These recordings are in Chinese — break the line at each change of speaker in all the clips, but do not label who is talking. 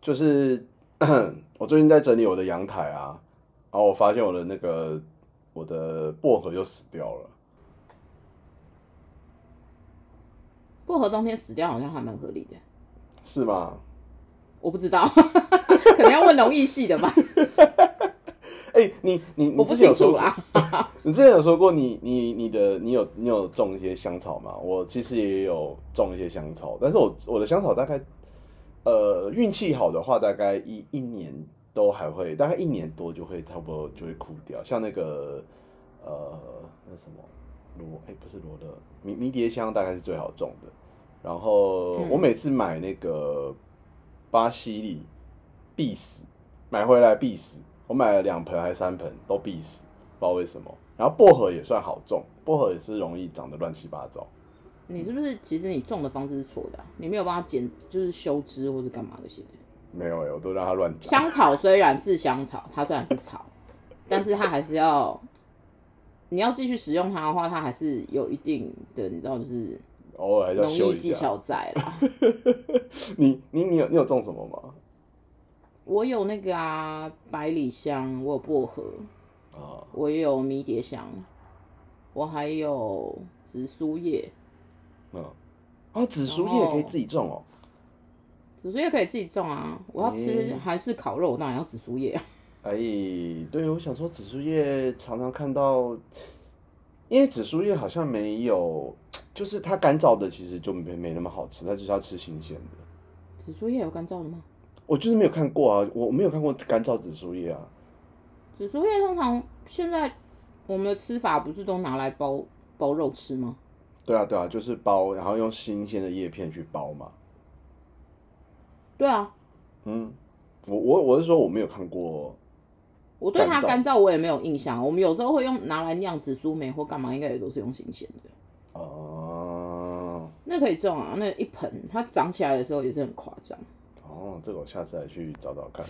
就是我最近在整理我的阳台啊，然后我发现我的那个我的薄荷又死掉了。
薄荷冬天死掉好像还蛮合理的，
是吗？
我不知道， 可能要问农艺系的吧，
哎、你你 你
我不
之前
清
有说
楚啊
过，
啦。
你之前有说过你你你的你有你有种一些香草吗？我其实也有种一些香草，但是我我的香草大概呃运气好的话，大概一一年都还会，大概一年多就会差不多就会枯掉。像那个呃那什么罗哎、不是罗勒迷迷迭香，大概是最好种的。然后、
嗯
我每次买那个巴西利必死，买回来必死。我买了两盆还是三盆都必死，不知道为什么。然后薄荷也算好种，薄荷也是容易长得乱七八糟。
你是不是其实你种的方式是错的啊、你没有帮它剪，就是修枝或者干嘛那些的。
没有哎、我都让它乱长。
香草虽然是香草，它虽然是草，但是它还是要，你要继续使用它的话，它还是有一定的，你知道就是
偶尔还是要
农
修
艺
一
技
下。
巧在啦。
你你你有你有种什么吗？
我有那个啊，百里香，我有薄荷，
啊，
我也有迷迭香，我还有紫苏叶，
嗯，啊，紫苏叶可以自己种哦。
紫苏叶可以自己种啊。我要吃
嗯
还是烤肉，我当然要紫苏叶啊。
哎，对，我想说紫苏叶常常看到，因为紫苏叶好像没有，就是它干燥的其实就没没那么好吃，它就是要吃新鲜的。
紫苏叶有干燥的吗？
我就是没有看过啊，我我没有看过干燥紫苏叶啊。
紫苏叶通常现在我们的吃法不是都拿来包包肉吃吗？
对啊，对啊，就是包，然后用新鲜的叶片去包嘛。
对啊，
嗯，我我我是说我没有看过，
我对它
干
干燥我也没有印象。我们有时候会用拿来酿紫苏梅或干嘛，应该也都是用新鲜的。
哦
那可以种啊，那一盆它长起来的时候也是很夸张。
哦，这个我下次来去找找看。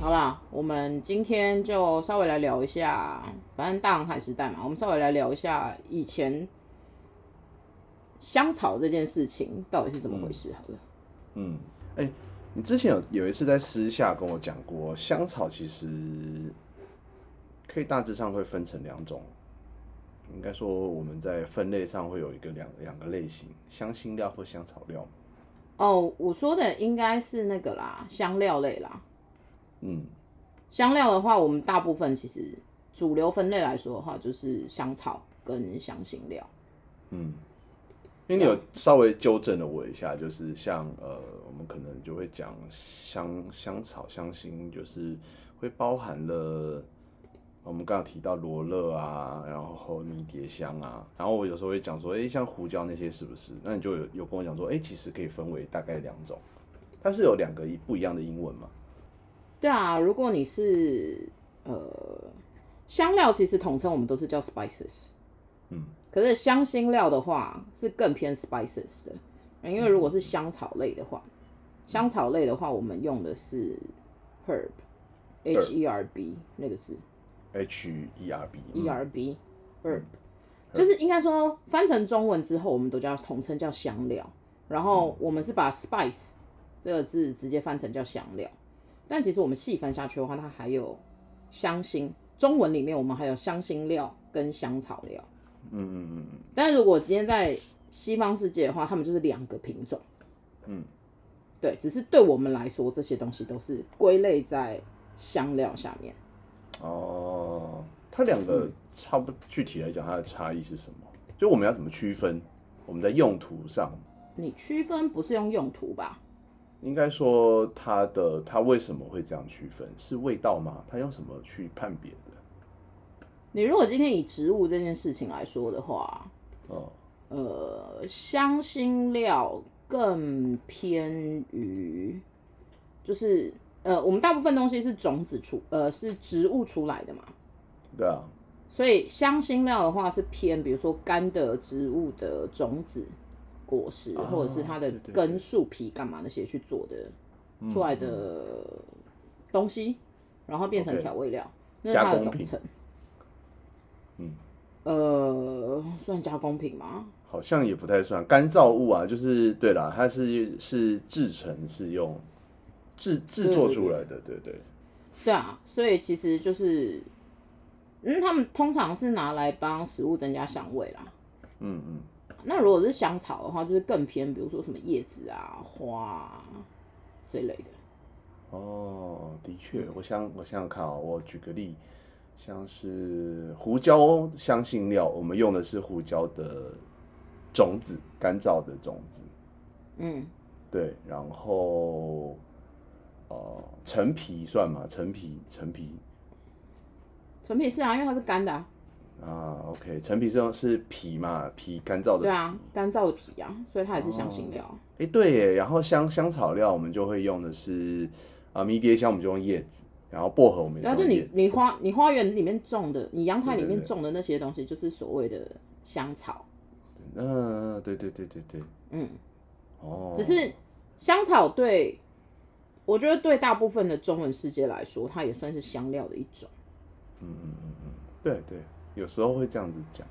好啦，我们今天就稍微来聊一下，反正大航海时代嘛，我们稍微来聊一下以前香草这件事情到底是怎么回事。好了，
嗯，哎、你之前有有一次在私下跟我讲过，香草其实可以大致上会分成两种，应该说我们在分类上会有一个两两个类型，香辛料或香草料。
哦，我说的应该是那个啦，香料类啦。
嗯，
香料的话，我们大部分其实主流分类来说的话，就是香草跟香辛料。
嗯，因为你有稍微纠正了我一下，就是像呃，我们可能就会讲香香草香辛，就是会包含了呃我们刚刚提到罗勒啊，然后迷迭香啊，然后我有时候会讲说，哎、像胡椒那些是不是？那你就有有跟我讲说，哎、其实可以分为大概两种，它是有两个一不一样的英文嘛？
对啊，如果你是呃香料，其实统称我们都是叫 spices。
嗯，
可是香辛料的话是更偏 spices 的，因为如果是香草类的话，香草类的话我们用的是 herb，h e r b 那个字。
H E R B
E R B herb，就是应该说翻成中文之后，我们都叫统称叫香料。然后我们是把 spice 这个字直接翻成叫香料，但其实我们细翻下去的话，它还有香辛。中文里面我们还有香辛料跟香草料，
嗯嗯嗯嗯
但如果今天在西方世界的话，他们就是两个品种。
嗯，
对，只是对我们来说，这些东西都是归类在香料下面。
哦，它两个差不具体来讲，它的差异是什么？就我们要怎么区分？我们在用途上，
你区分不是用用途吧？
应该说它的它为什么会这样区分？是味道吗？它用什么去判别的？
你如果今天以植物这件事情来说的话，
哦，
呃，香辛料更偏于，就是呃，我们大部分东西是种子出，呃，是植物出来的嘛，
对啊，
所以香辛料的话是偏，比如说干的植物的种子果实、
啊
或者是它的
对对对嗯
根、树皮干嘛那些去做的出来的东西，然后变成
OK
调味料，那是它
加
的
工
总
品
成。
嗯，
呃，算加工品吗？
好像也不太算干燥物啊，就是对啦，它是是制成是用制制作出来的，对对
对啊，所以其实就是，嗯，他们通常是拿来帮食物增加香味啦。
嗯嗯，
那如果是香草的话，就是更偏，比如说什么叶子啊、花啊这一类的。
哦，的确，我想我想想看啊、我举个例，像是胡椒香辛料，我们用的是胡椒的种子，干燥的种子，
嗯，
对，然后呃，陈皮算吗？陈皮，陈皮
陈皮是啊，因为它是干的、啊，
啊，OK，陈皮是用是皮嘛，皮干燥的
对
皮。
啊，干燥的皮啊，所以它也是香辛料。
哎，对耶，然后香香草料我们就会用的是啊迷迭香，我们就用叶子，然后薄荷我们也
然
是
后就
用叶
你
子。
你花你花园里面种的，你阳台里
对对
面
对
种的那些东西，就是所谓的香草。
嗯、对对对对对，
嗯，
哦，
只是香草对，我觉得对大部分的中文世界来说，它也算是香料的一种。
嗯嗯嗯嗯，对对，有时候会这样子讲。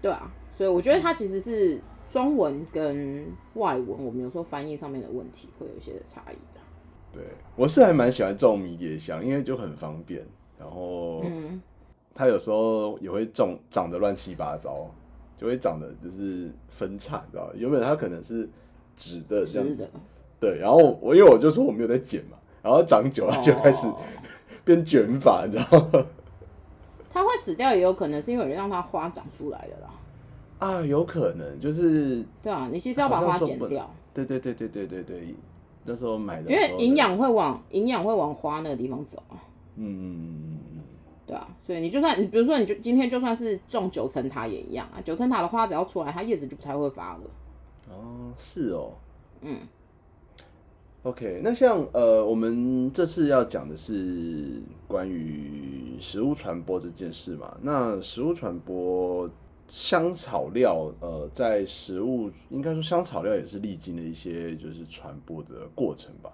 对啊，所以我觉得它其实是中文跟外文，我们有时候翻译上面的问题会有一些的差异啊的。
对我是还蛮喜欢种迷迭香，因为就很方便，然后
嗯，
它有时候也会种长得乱七八糟，就会长得就是分叉，你知道吗？原本它可能是直的这样
直
子
的，
对，然后我因为我就说我没有在剪嘛，然后长久 了就开始
哦
变卷发，你知道吗？
它会死掉，也有可能是因为有人让它花长出来的啦。
啊，有可能就是，
对啊，你其实要把花剪掉，
对对对对对对对，那时候买的
因
时
为
候
营，养会往营养会往花那个地方走啊。
嗯嗯嗯
对啊，所以你就算你比如说你就今天就算是种九层塔也一样啊，九层塔的花只要出来，它叶子就不太会发了。
嗯，哦，是哦
嗯，
，OK，那像呃，我们这次要讲的是关于食物传播这件事嘛，那食物传播。香草料，呃，在食物应该说香草料也是历经了一些就是传播的过程吧。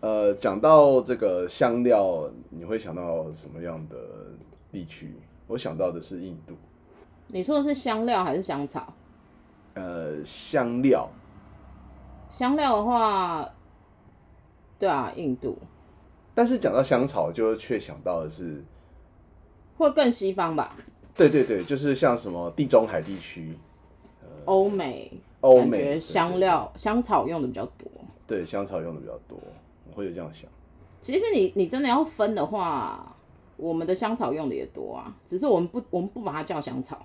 呃，讲到这个香料，你会想到什么样的地区？我想到的是印度。
你说的是香料还是香草？
呃香料，
香料的话，对啊，印度
但是讲到香草，就却想到的是，
会更西方吧，
对对对，就是像什么地中海地区、
欧美，
欧
感
美
觉
对
香料香草用的比较多。
对对香草用的比较多，我会有这样想。
其实你你真的要分的话，我们的香草用的也多啊，只是我们不我们不把它叫香草，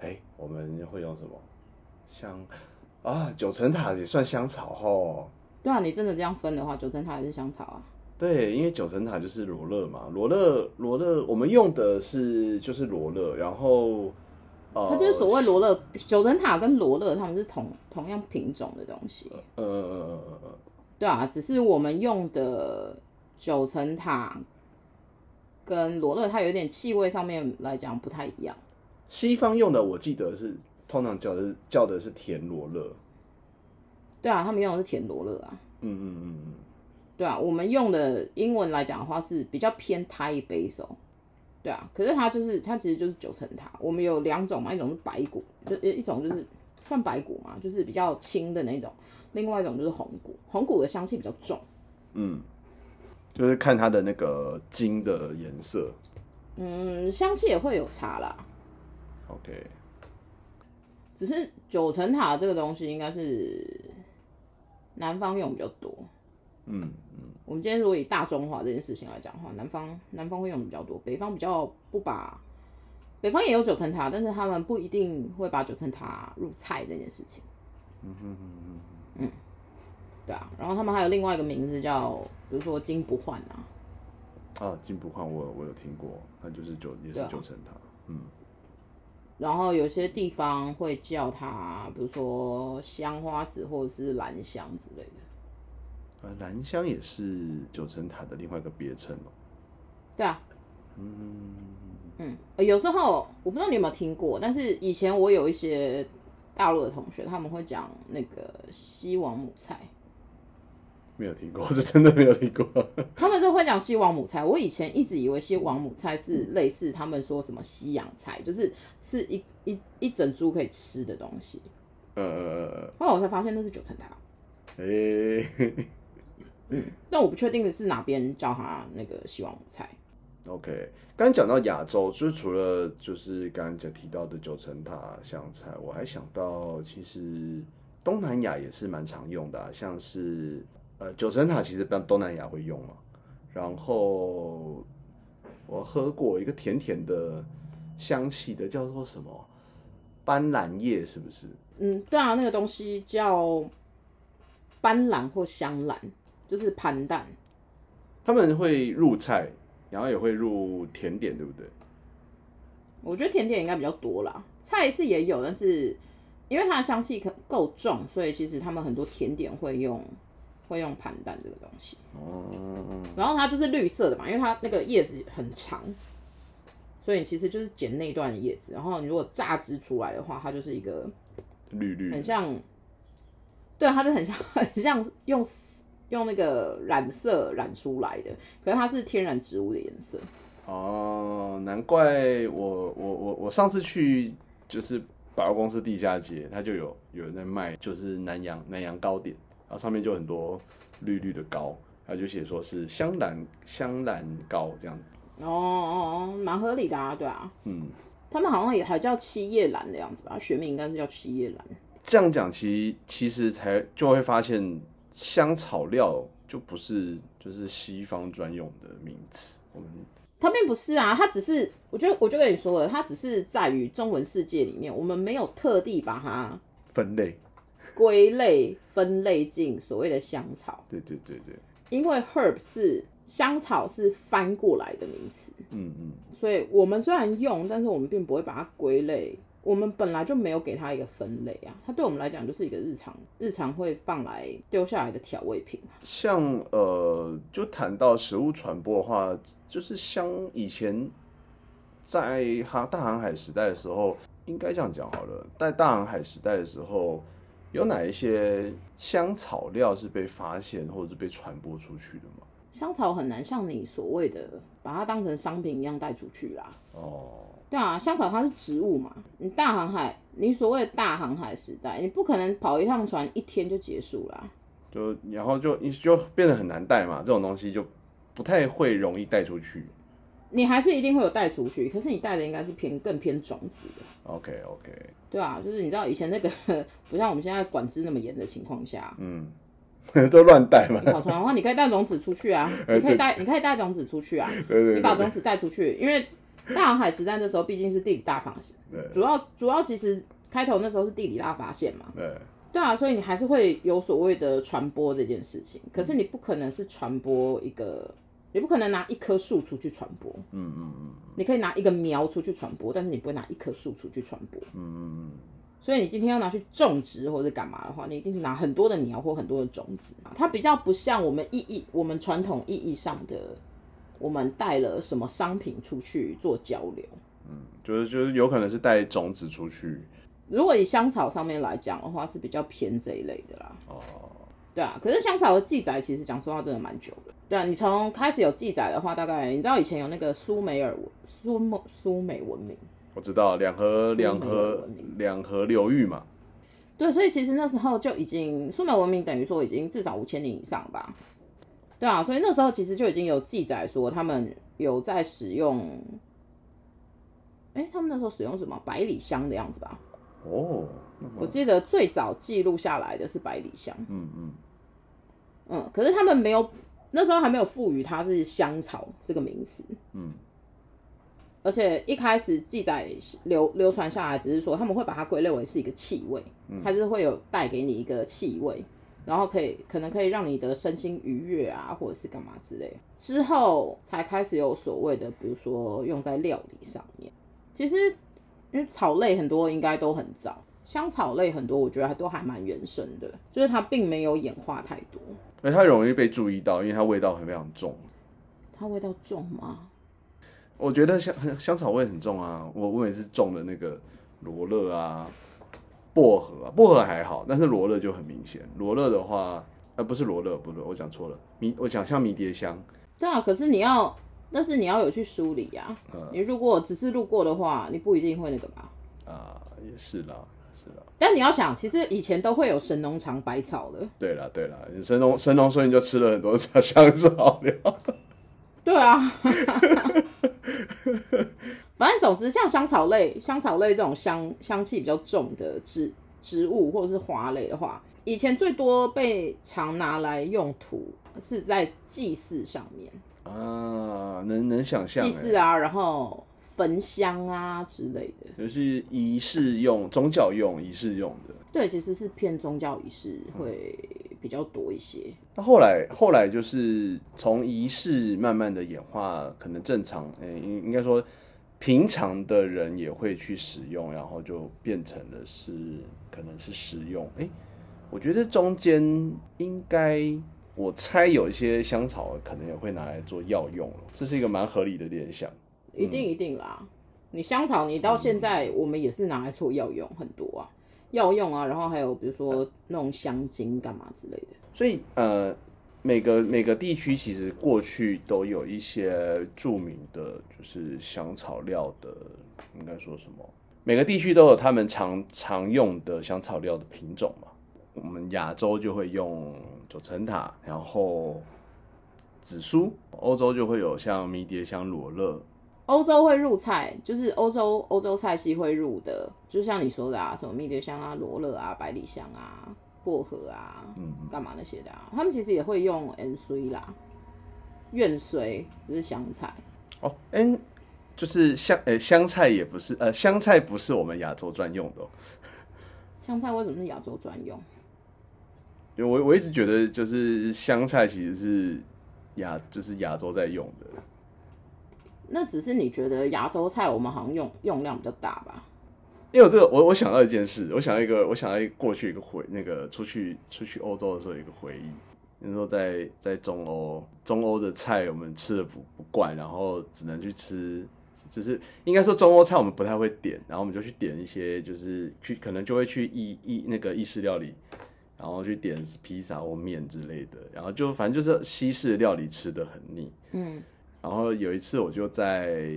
哎，我们会用什么香啊？九层塔也算香草哦。
对啊，你真的这样分的话，九层塔也是香草啊，
对，因为九层塔就是罗勒嘛，罗勒罗勒，我们用的是就是罗勒，然后呃，
它就是所谓罗勒九层塔跟罗勒，它们是同同样品种的东西，
呃呃呃呃呃，
对啊，只是我们用的九层塔跟罗勒，它有点气味上面来讲不太一样。
西方用的我记得是通常叫的是叫的是甜罗勒，
对啊，他们用的是甜罗勒啊。
嗯嗯嗯嗯。
对啊，我们用的英文来讲的话是比较偏 Thai basil。对啊，可是它就是它其实就是九层塔。我们有两种嘛，一种是白果，就呃一一种就是算白果嘛，就是比较轻的那种；另外一种就是红果，红果的香气比较重。
嗯，就是看它的那个茎的颜色。
嗯，香气也会有差啦。
OK，
只是九层塔这个东西应该是南方用比较多。
嗯，
我们今天如果以大中华这件事情来讲的话，南方南方会用的比较多，北方比较不把，北方也有九层塔，但是他们不一定会把九层塔入菜这件事情。嗯对啊，然后他们还有另外一个名字叫，比如说金不换啊，
啊，金不换我我有听过，它就是九也
对
是
啊
九层塔。嗯，
然后有些地方会叫它，比如说香花子或者是兰香之类的。
啊，兰香也是九层塔的另外一个别称哦。
对啊，
嗯，
嗯嗯，呃有时候我不知道你有没有听过，但是以前我有一些大陆的同学，他们会讲那个西王母菜，
没有听过， 这真的没有听过。
他们都会讲西王母菜。我以前一直以为西王母菜是类似他们说什么西洋菜，就是是一一一整株可以吃的东西。
呃呃
后来我才发现那是九层塔。
呃，诶
嗯，但我不确定是哪边叫它那个西王母菜。
，OK。刚刚讲到亚洲，就是除了就是刚刚讲提到的九层塔香菜，我还想到其实东南亚也是蛮常用的、啊，像是呃九层塔其实不东南亚会用嘛，然后我喝过一个甜甜的香气的叫做什么斑斓叶，是不是？
嗯，对啊，那个东西叫斑斓或香兰，就是盘蛋。
他们会入菜，然后也会入甜点，对不对？
我觉得甜点应该比较多啦，菜是也有，但是因为它的香气可够重，所以其实他们很多甜点会用会用盘蛋这个东西。
哦，
然后它就是绿色的嘛，因为它那个叶子很长，所以你其实就是剪那一段的叶子，然后你如果榨汁出来的话，它就是一个
绿绿的
很像，对，它就很像很像用 用那个染色染出来的，可是它是天然植物的颜色。
哦，难怪我我我我上次去就是百货公司地下街，它就有有人在卖，就是南洋南洋糕点，然后上面就很多绿绿的糕，它就写说是香兰香兰糕这样子。
哦哦哦，蛮合理的啊，对啊，
嗯，
他们好像也还叫七叶兰的样子吧，学名应该是叫七叶兰。
这样讲其实其实才就会发现香草料就不是就是西方专用的名词，我们
它并不是啊，它只是，我就我就跟你说了，它只是在于中文世界里面，我们没有特地把它
分类。
归类分类进所谓的香草，
对对对对，
因为 herb 是香草是翻过来的名词，
嗯嗯。
所以我们虽然用，但是我们并不会把它归类。我们本来就没有给它一个分类啊，它对我们来讲就是一个日常日常会放来丢下来的调味品啊。
像呃，就谈到食物传播的话，就是像以前在哈大航海时代的时候，应该这样讲好了。在大航海时代的时候，有哪一些香草料是被发现或者是被传播出去的吗？
香草很难像你所谓的把它当成商品一样带出去啦。
哦，
对啊，香草它是植物嘛，你大航海，你所谓的大航海时代，你不可能跑一趟船一天就结束啦。
就然后就就变得很难带嘛，这种东西就不太会容易带出去。
你还是一定会有带出去，可是你带的应该是偏更偏种子的，
OK OK，
对啊，就是你知道以前那个 不像我们现在管制那么严的情况下，
嗯， 都乱带嘛
你，跑船的话，你可以带种子出去啊，你可以带你可以带种子出去啊，
对对
你
对
把种子带出去，因为大航海时代那时候毕竟是地理大发现，
对
主要主要其实开头那时候是地理大发现嘛，
对，
对啊，所以你还是会有所谓的传播这件事情，可是你不可能是传播一个，你不可能拿一棵树出去传播，
嗯嗯嗯
你可以拿一个苗出去传播，但是你不会拿一棵树出去传播。
嗯嗯嗯。
所以你今天要拿去种植或者干嘛的话，你一定是拿很多的苗或很多的种子嘛。它比较不像我们意义，我们传统意义上的，我们带了什么商品出去做交流。
就是就是有可能是带种子出去
如果以香草上面来讲的话，是比较偏这一类的啦。
哦，
对啊，可是香草的记载其实讲实话真的蛮久的。对啊，你从开始有记载的话，大概你知道以前有那个苏美尔文苏美苏美文明，
我知道两河
苏美
两河
文明
两河流域嘛，
对，所以其实那时候就已经苏美文明等于说已经至少五千年以上吧。对啊，所以那时候其实就已经有记载说他们有在使用，哎，他们那时候使用什么百里香的样子吧？
哦，那
我
么
记得最早记录下来的是百里香，
嗯嗯，
嗯，可是他们没有那时候还没有赋予它是香草这个名词，
嗯，
而且一开始记载流流传下来，只是说他们会把它归类为是一个气味，它就是会有带给你一个气味，然后可以可能可以让你的身心愉悦啊，或者是干嘛之类。之后才开始有所谓的，比如说用在料理上面。其实因为草类很多应该都很早，香草类很多我觉得还都还蛮原生的，就是它并没有演化太多。
而哎它容易被注意到，因为它味道很非常重。
它味道重吗？
我 觉得香香草味很重啊，我我每次种的那个罗勒啊，薄荷啊，薄荷还好，但是罗勒就很明显。罗勒的话，呃，不是罗勒，不是，我讲错了，迷，我讲像迷迭香，
对啊，可是你要，但是你要有去梳理呀、
嗯
你如果只是路过的话，你不一定会那个吧？
啊、也是啦，是啦，
但你要想，其实以前都会有神农尝百草的。
对啦，对啦，神农神农所以你就吃了很多香香草料，
对啊，反正总之，像香草类、香草类这种香香气比较重的植植物或者是花类的话，以前最多被常拿来用途是在祭祀上面，
啊，能能想象、欸，
祭祀啊，然后焚香啊之类的。
就是仪式用、宗教用、仪式用的。
对，其实是偏宗教仪式会比较多一些。
那后来后来就是从仪式慢慢的演化，可能正常，呃、应应该说平常的人也会去使用，然后就变成了是可能是食用。诶，我觉得中间应该。我猜有一些香草可能也会拿来做药用了，这是一个蛮合理的联想。
一定一定啦。你香草，你到现在我们也是拿来做药用很多啊，药用啊，然后还有比如说弄香精干嘛之类的。
所以呃，每个每个地区其实过去都有一些著名的，就是香草料的，应该说什么？每个地区都有他们常常用的香草料的品种嘛。我们亚洲就会用九层塔，然后紫苏；欧洲就会有像迷迭香、罗勒。
欧洲会入菜，就是欧洲欧洲菜系会入的，就像你说的啊，什么迷迭香啊、罗勒啊、百里香啊、薄荷啊，
嗯，
干嘛那些的啊，他们其实也会用 N C 啦，院髓就是香菜，
哦，嗯，就是香呃香菜也不是呃香菜不是我们亚洲专用的、哦。
香菜为什么是亚洲专用？
因为我我一直觉得就是香菜其实是亚就是亚洲在用的，
那只是你觉得亚洲菜我们好像用用量比较大吧？
因为我这个我我想到一件事，我想到一个我想到一个过去一个回那个出去出去欧洲的时候有一个回忆，那时候在在中欧中欧的菜我们吃的不不惯，然后只能去吃。就是应该说中欧菜我们不太会点，然后我们就去点一些，就是去可能就会去意意那个意式料理，然后去点披萨或面之类的，然后就反正就是西式料理吃的很腻，
嗯，
然后有一次我就在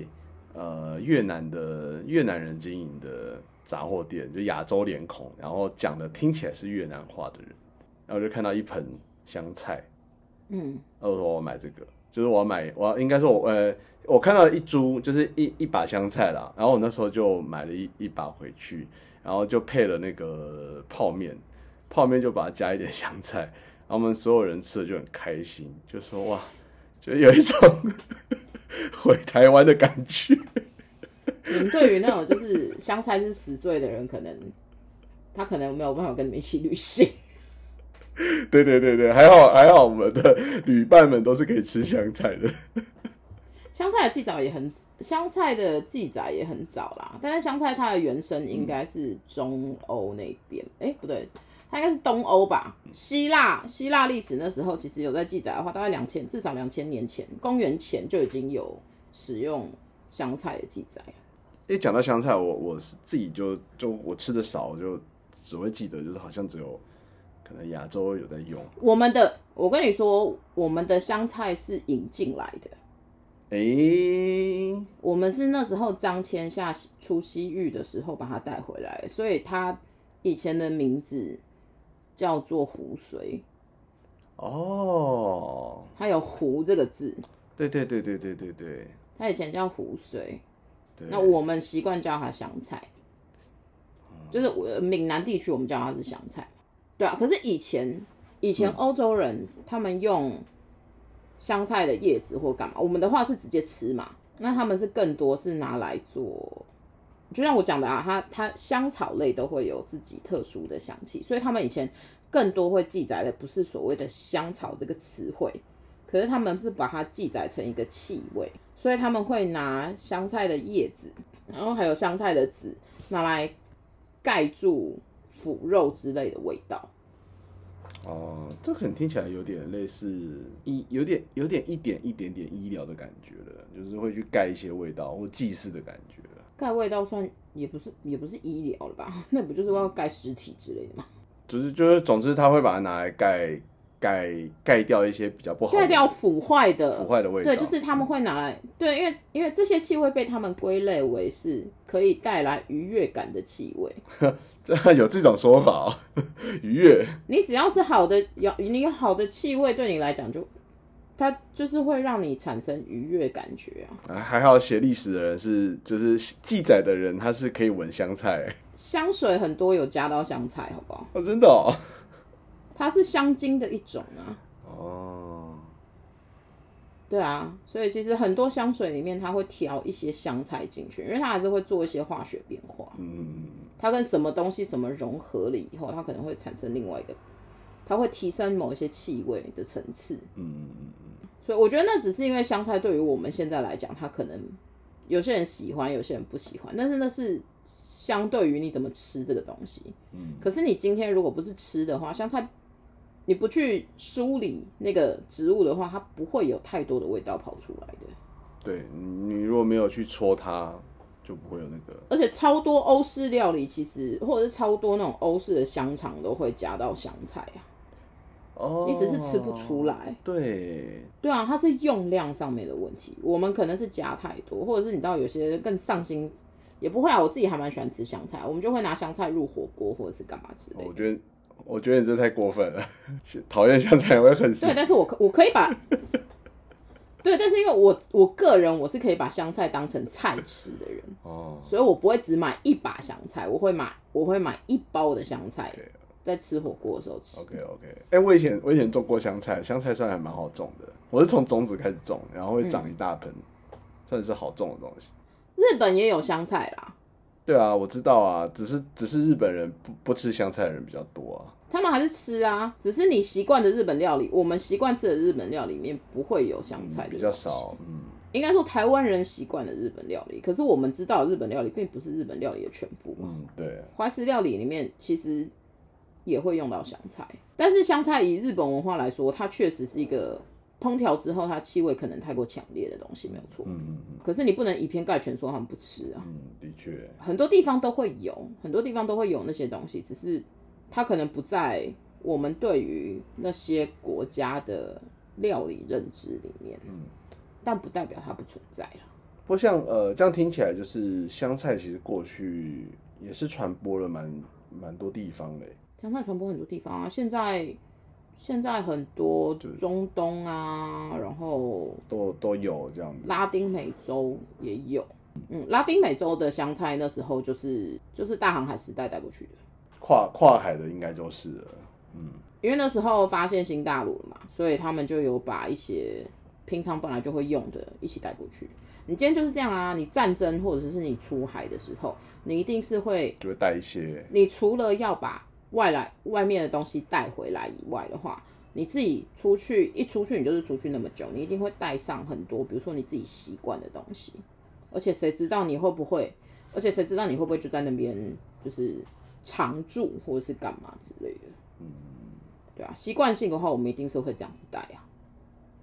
呃越南的越南人经营的杂货店，就亚洲脸孔，然后讲的听起来是越南话的人，然后我就看到一盆香菜，
嗯，
然后我说我要买这个，就是我要买，我要应该说我呃我看到了一株就是一一把香菜啦，然后我那时候就买了一一把回去，然后就配了那个泡面，泡面就把它加一点香菜，然后我们所有人吃的就很开心，就说哇，就有一种 回台湾的感觉。
你们对于那种就是香菜是死罪的人，可能他可能没有办法跟你们一起旅行。
对对对对，还好还好我们的旅伴们都是可以吃香菜的。
香菜的记载也很，香菜的记载也很早啦，但是香菜它的原生应该是中欧那边，哎、不对，它应该是东欧吧？希腊希腊历史那时候其实有在记载的话，大概两千至少两千年前，公元前就已经有使用香菜的记载了。
一讲到香菜，我我是自己就就我吃的少，我就只会记得就是好像只有可能亚洲有在用。
我们的，我跟你说，我们的香菜是引进来的。
诶、
我们是那时候张骞下西出西域的时候把它带回来，所以它以前的名字叫做湖水，
哦，
它有“湖”这个字，
对对对对对对对
它以前叫湖水。
对。
那我们习惯叫它香菜，就是我呃闽南地区我们叫它是香菜，对啊。可是以前以前欧洲人、他们用香菜的叶子或干嘛，我们的话是直接吃嘛，那他们是更多是拿来做，就像我讲的啊，它它香草类都会有自己特殊的香气，所以他们以前更多会记载的不是所谓的香草这个词汇，可是他们是把它记载成一个气味，所以他们会拿香菜的叶子，然后还有香菜的籽拿来盖住腐肉之类的味道。
哦，这可能听起来有点类似医，有点有点一点一点点医疗的感觉了，就是会去盖一些味道或祭祀的感觉了。
盖味道算也不是也不是医疗了吧？ 那不就是要盖尸体之类的吗？
就是就是，总之他会把它拿来盖盖盖掉一些比较不好的
盖掉腐坏的，
哦腐坏的味道。
对，就是他们会拿来对，因为因为这些气味被他们归类为是可以带来愉悦感的气味。
这 有这种说法哦、愉悦。
你只要是好的，有你有好的气味，对你来讲就它就是会让你产生愉悦感觉啊。
啊还好写历史的人是就是记载的人，他是可以闻香菜
香水很多有加到香菜，好不好？
哦，真的哦。
它是香精的一种啊。
哦，
对啊，所以其实很多香水里面它会调一些香菜进去，因为它还是会做一些化学变化。
嗯，
它跟什么东西什么融合了以后，它可能会产生另外一个，它会提升某一些气味的层次。
嗯，
所以我觉得那只是因为香菜对于我们现在来讲，它可能有些人喜欢，有些人不喜欢，但是那是相对于你怎么吃这个东西。
嗯，
可是你今天如果不是吃的话，香菜你不去梳理那个植物的话，它不会有太多的味道跑出来的。
对你你如果没有去戳它，就不会有那个。
而且超多欧式料理，其实或者是超多那种欧式的香肠都会加到香菜啊。
哦，
你只是吃不出来。
对，
对啊，它是用量上面的问题，我们可能是加太多，或者是你知道有些更上心，也不会啊。我自己还蛮喜欢吃香菜，我们就会拿香菜入火锅或者是干嘛之类的。
我觉得我觉得你这太过分了， 讨厌香菜我会恨死
对，。但是我可我可以 把，对，但是因为我我个人我是可以把香菜当成菜吃的人，
哦，
所以我不会只买一把香菜，我会买我会买一包的香菜
OK，
在吃火锅的时候吃。
啊 OK OK，哎、我以前我以前种过香菜，香菜算还蛮好种的。我是从种子开始种，然后会
嗯
长一大盆，算是好种的东西。
日本也有香菜啦，
对啊，我知道啊，只是只是日本人不不吃香菜的人比较多啊。
他们还是吃啊，只是你习惯的日本料理，我们习惯吃的日本料理里面不会有香菜、
嗯比较。少，嗯，
应该说台湾人习惯的日本料理，可是我们知道的日本料理并不是日本料理的全部嘛。
嗯，对，
怀石料理里面其实也会用到香菜，但是香菜以日本文化来说，它确实是一个烹调之后它气味可能太过强烈的东西，没有错。
嗯嗯嗯
可是你不能以偏概全说他们不吃啊。
嗯，的确，
很多地方都会有，很多地方都会有那些东西，只是它可能不在我们对于那些国家的料理认知里面，
嗯。
但不代表它不存在了。
不过像呃，这样听起来就是香菜，其实过去也是传播了蛮蛮多地方的欸。
香菜传播很多地方啊，现在现在很多
对
中东啊，然后
都都有这样子。
拉丁美洲也有。嗯，拉丁美洲的香菜那时候就是就是大航海时代带过去的，
跨跨海的应该就是了，嗯，
因为那时候发现新大陆了嘛，所以他们就有把一些平常本来就会用的一起带过去。你今天就是这样啊，你战争或者是你出海的时候，你一定是会，
就会带一些，
你除了要把外来外面的东西带回来以外的话，你自己出去一出去，你就是出去那么久，你一定会带上很多，比如说你自己习惯的东西，而且谁知道你会不会，而且谁知道你会不会就在那边就是常住或者是干嘛之类的。
嗯，
对啊，习惯性的话，我们一定是会这样子带啊。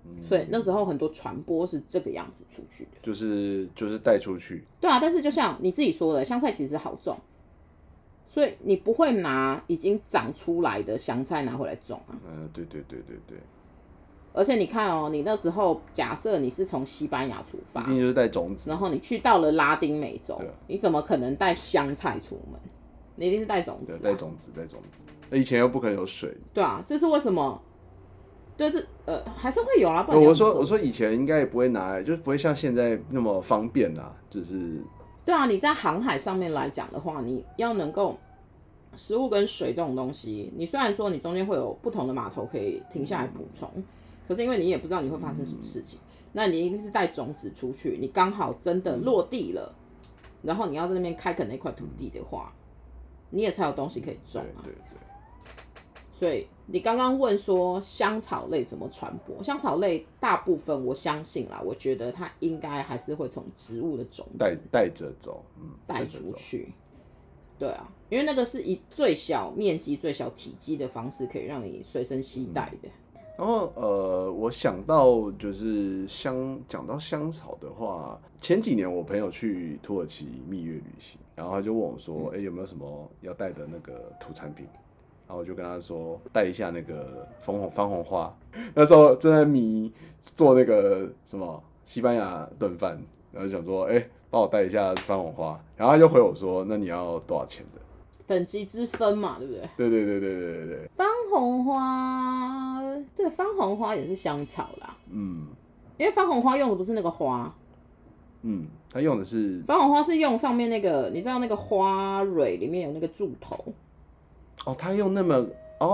嗯
所以那时候很多传播是这个样子出去的。
就是就是带出去，
对啊，但是就像你自己说的，香菜其实好种，所以你不会拿已经长出来的香菜拿回来种啊。
嗯、对对对对对，
而且你看哦，你那时候假设你是从西班牙出
一
发，
定就是带种子
然，后你去到了拉丁美洲
对啊，
你怎么可能带香菜出门？你一定是带种子、
对，
啊，
带种子，带种子，那以前又不可能有水，
对啊，这是为什么？对，这呃还是会有啦。不然你要
我
怎么
说我说以前应该也不会拿来，就是不会像现在那么方便啦，就是
对啊，你在航海上面来讲的话，你要能够食物跟水这种东西，你虽然说你中间会有不同的码头可以停下来补充，可是因为你也不知道你会发生什么事情，那你一定是带种子出去，你刚好真的落地了，然后你要在那边开垦那块土地的话，你也才有东西可以种
对
啊。
对对，
所以你刚刚问说香草类怎么传播，香草类大部分我相信啦，我觉得它应该还是会从植物的种子
带带着走，嗯，
带
着
出
走，
去。对啊，
嗯
因为那个是以最小面积、最小体积的方式，可以让你随身携带的。
那然后呃，我想到就是香，讲到香草的话，前几年我朋友去土耳其蜜月旅行，然后他就问我说，哎、有没有什么要带的那个土产品？然后我就跟他说，带一下那个枫红番红花。 那时候正在迷做那个什么西班牙炖饭，然后想说，哎、帮我带一下番红花。然后他就回我说，那你要多少钱的？
等级之分嘛，对不对？
对对对对对对对，
番红花，对，番红花也是香草啦，
嗯
因为番红花用的不是那个花，
嗯，他用的是
番红花是用上面那个，你知道那个花蕊里面有那个柱头，
哦，他用那么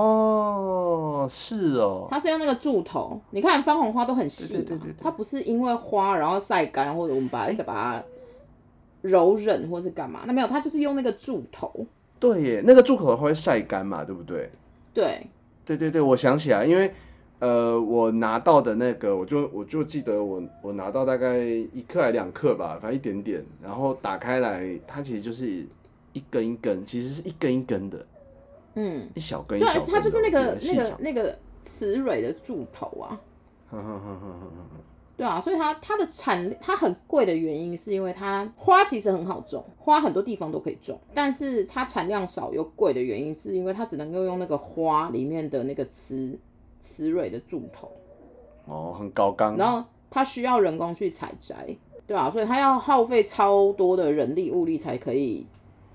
哦，是哦，
它是用那个柱头。你看番红花都很细嘛，
对对对对对
它不是因为花然后晒干，或者我们把再把它柔韧或是干嘛，那没有，它就是用那个柱头。
对耶，那个住口的话会晒干嘛，对不对？
对，
对对对，我想起来，因为呃，我拿到的那个，我就我就记得我我拿到大概一克还两克吧，反正一点点，然后打开来，它其实就是一根一根，其实是一根一根的，
嗯，
一小根一
对
小根，的，
它就是那个
我记
那
得细
个
长，
那个雌蕊的柱头啊。
哼哼哼哼哼哼
对啊，所以它它的产它很贵的原因是因为它花其实很好种，花很多地方都可以种，但是它产量少又贵的原因是因为它只能够用那个花里面的那个雌雌蕊的柱头，
哦，很高刚，
然后它需要人工去采摘，对啊，所以它要耗费超多的人力物力才可以，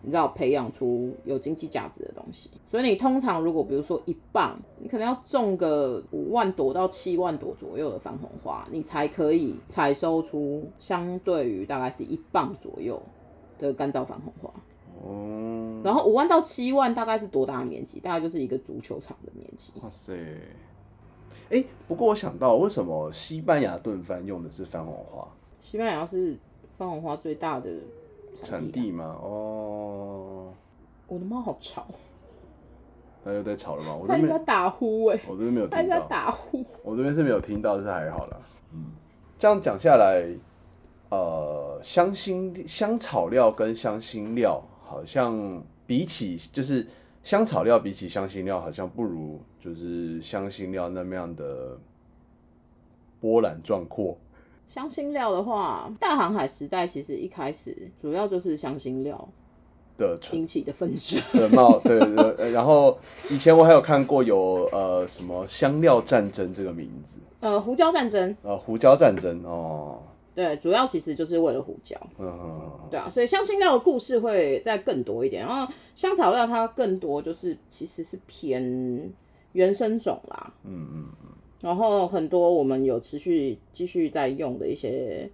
你知道培养出有经济价值的东西。所以你通常如果比如说一磅，你可能要种个五万朵到七万朵左右的番红花，你才可以采收出相对于大概是一磅左右的干燥番红花。
哦，
然后五万到七万大概是多大的面积？大概就是一个足球场的面积。
哇塞！哎、不过我想到，为什么西班牙炖饭用的是番红花
西班牙是番红花最大的
产
产地啊。
地吗？哦，
我的猫好吵。
那又在吵了吗？我
他
这
一直在
边
打呼哎、
我这边没有
他一
听
直在
到，
打呼。
我这边是没有听到，是还好啦。嗯，这样讲下来，呃，香辛香草料跟香辛料好像比起就是香草料比起香辛料，好像不如就是香辛料那么样的波澜壮阔。
香辛料的话，大航海时代其实一开始主要就是香辛料
的存
引起的纷争。
的帽， 对对对。呃然后以前我还有看过有呃什么香料战争这个名字，
呃，胡椒战争，
呃胡椒战争哦，
对，主要其实就是为了胡椒，
嗯嗯
对啊，所以香辛料的故事会再更多一点，然后香草料它更多就是其实是偏原生种啦，
嗯嗯
然后很多我们有持续继续在用的一些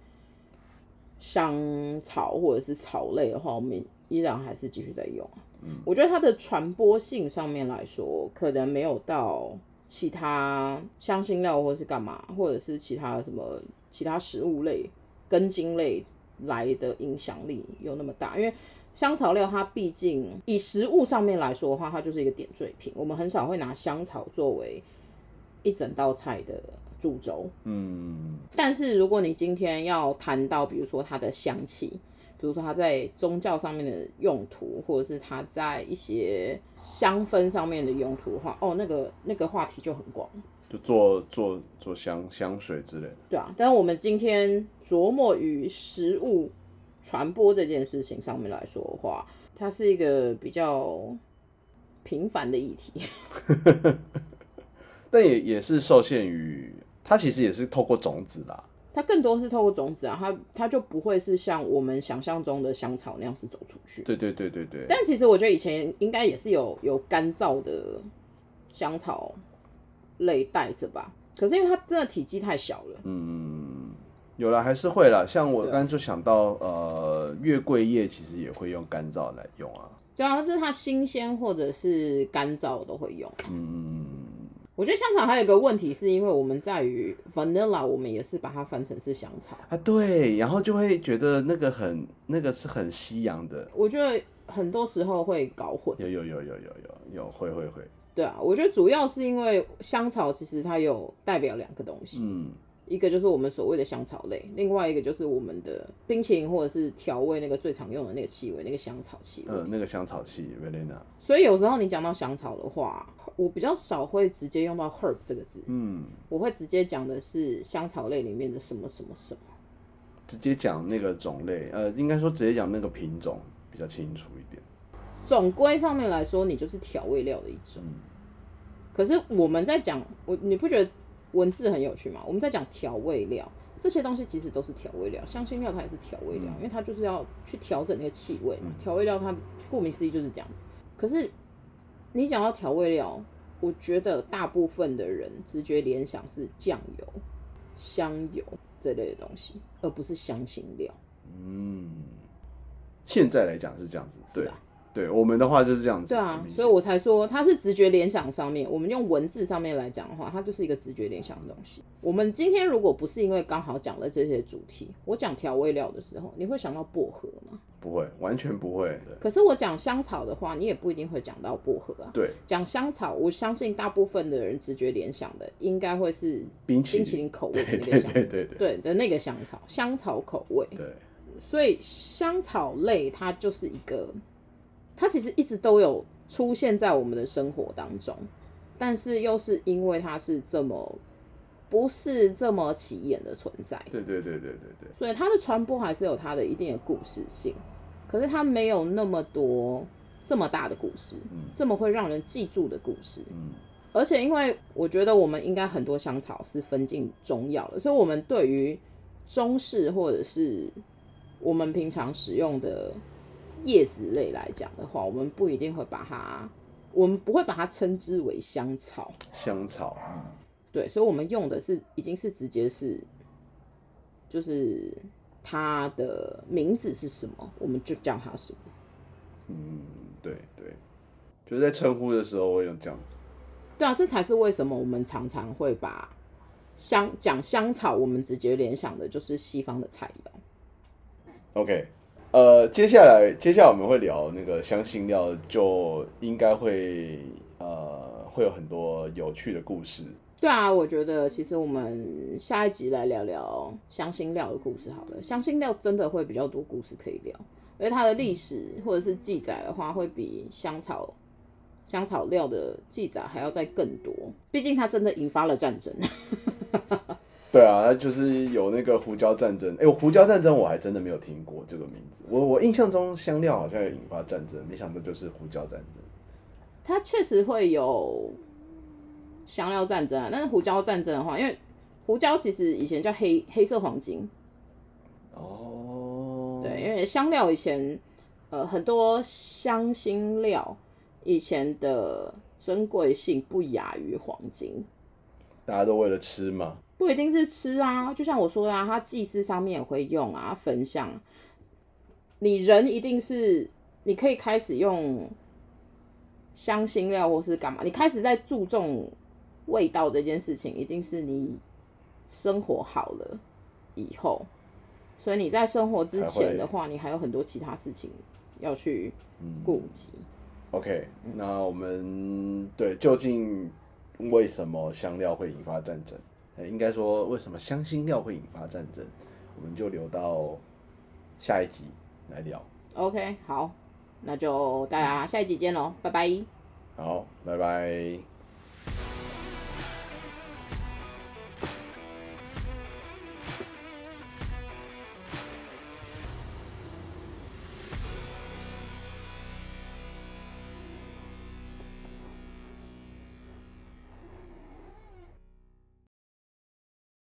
香草或者是草类的话，我们依然还是继续在用啊。我觉得它的传播性上面来说，可能没有到其他香辛料或者是干嘛，或者是其他什么其他食物类、根茎类来的影响力有那么大，因为。香草料它毕竟以食物上面来说的话，它就是一个点缀品。我们很少会拿香草作为一整道菜的主轴。
嗯
但是如果你今天要谈到，比如说它的香气，比如说它在宗教上面的用途，或者是它在一些香氛上面的用途的话，哦，那个那个话题就很广，
就做做做香香水之类的，
对啊。但是我们今天琢磨于食物传播这件事情上面来说的话，它是一个比较平凡的议题。
但也也是受限于它其实也是透过种子啦，
它更多是透过种子啊，它它就不会是像我们想象中的香草那样子走出去。
对对对对对，
但其实我觉得以前应该也是有有干燥的香草类带着吧，可是因为它真的体积太小了，
嗯。有啦，还是会啦。像我
对啊
刚刚就想到，呃，月桂叶其实也会用干燥来用啊。
对啊，就是它新鲜或者是干燥都会用。
嗯，
我觉得香草还有一个问题，是因为我们在于 vanilla，我们也是把它翻成是香草，
啊，对，然后就会觉得那个很那个是很西洋的，
我觉得很多时候会搞混。
有有有有有有有会会会，
对啊，我觉得主要是因为香草其实它有代表两个东西，
嗯
一个就是我们所谓的香草类，另外一个就是我们的冰淇淋或者是调味那个最常用的那个气味，那个香草气味。
呃，那个香草气 Velena，
所以有时候你讲到香草的话，我比较少会直接用到 herb 这个字，
嗯，
我会直接讲的是香草类里面的什么什么什么。
直接讲那个种类，呃，应该说直接讲那个品种比较清楚一点。
总归上面来说，你就是调味料的一种。
嗯
可是我们在讲我，你不觉得文字很有趣吗？我们在讲调味料这些东西，其实都是调味料，香辛料它也是调味料，因为它就是要去调整那个气味嘛。调味料它顾名思义就是这样子。可是你讲到调味料，我觉得大部分的人直觉联想是酱油、香油这类的东西，而不是香辛料。
嗯，现在来讲是这样子，
是
对
吧，
对，我们的话就是这样子。
对啊
很，明
所以我才说它是直觉联想上面，我们用文字上面来讲的话，它就是一个直觉联想的东西。我们今天如果不是因为刚好讲了这些主题，我讲调味料的时候，你会想到薄荷吗？
不会，完全不会。
可是我讲香草的话，你也不一定会讲到薄荷啊。
对，对
讲香草，我相信大部分的人直觉联想的应该会是
冰淇
冰
淋，
淇淋口味
对
的
对
那个
对
香，
对对对
对的那个香草，香草口味。
对，
所以香草类它就是一个，它其实一直都有出现在我们的生活当中，但是又是因为它是这么不是这么起眼的存在，
对对对对对对，
所以它的传播还是有它的一定的故事性，可是它没有那么多这么大的故事，
嗯
这么会让人记住的故事。
嗯
而且因为我觉得我们应该很多香草是分进中药的，所以我们对于中式或者是我们平常使用的叶子类来讲的话，我们不一定会把它，我们不会把它称之为香草，
香草，嗯
对，所以我们用的是已经是直接是，就是它的名字是什么，我们就叫它什么。
嗯，对对，就是在称呼的时候会用这样子。
对啊，这才是为什么我们常常会把香讲香草，我们直接联想的就是西方的菜肴。
OK，呃，接下来接下来我们会聊那个香辛料，就应该会呃会有很多有趣的故事。
对啊，我觉得其实我们下一集来聊聊香辛料的故事好了。香辛料真的会比较多故事可以聊，而它的历史或者是记载的话，会比香草香草料的记载还要再更多。毕竟它真的引发了战争。
对啊，它就是有那个胡椒战争。哎、胡椒战争我还真的没有听过这个名字。我我印象中香料好像有引发战争，没想到就是胡椒战争。
它确实会有香料战争啊，但是胡椒战争的话，因为胡椒其实以前叫黑黑色黄金，
哦，
对，因为香料以前呃很多香辛料以前的珍贵性不亚于黄金，
大家都为了吃嘛。
不一定是吃啊，就像我说的、啊，它祭祀上面也会用啊，焚香，你人一定是你可以开始用香辛料或是干嘛，你开始在注重味道这件事情，一定是你生活好了以后，所以你在生活之前的话，你还有很多其他事情要去
嗯
顾及。
OK，那我们对究竟为什么香料会引发战争？呃应该说为什么香辛料会引发战争，我们就留到下一集来聊。
OK，好，那就大家下一集见喽，拜拜。
好，拜拜。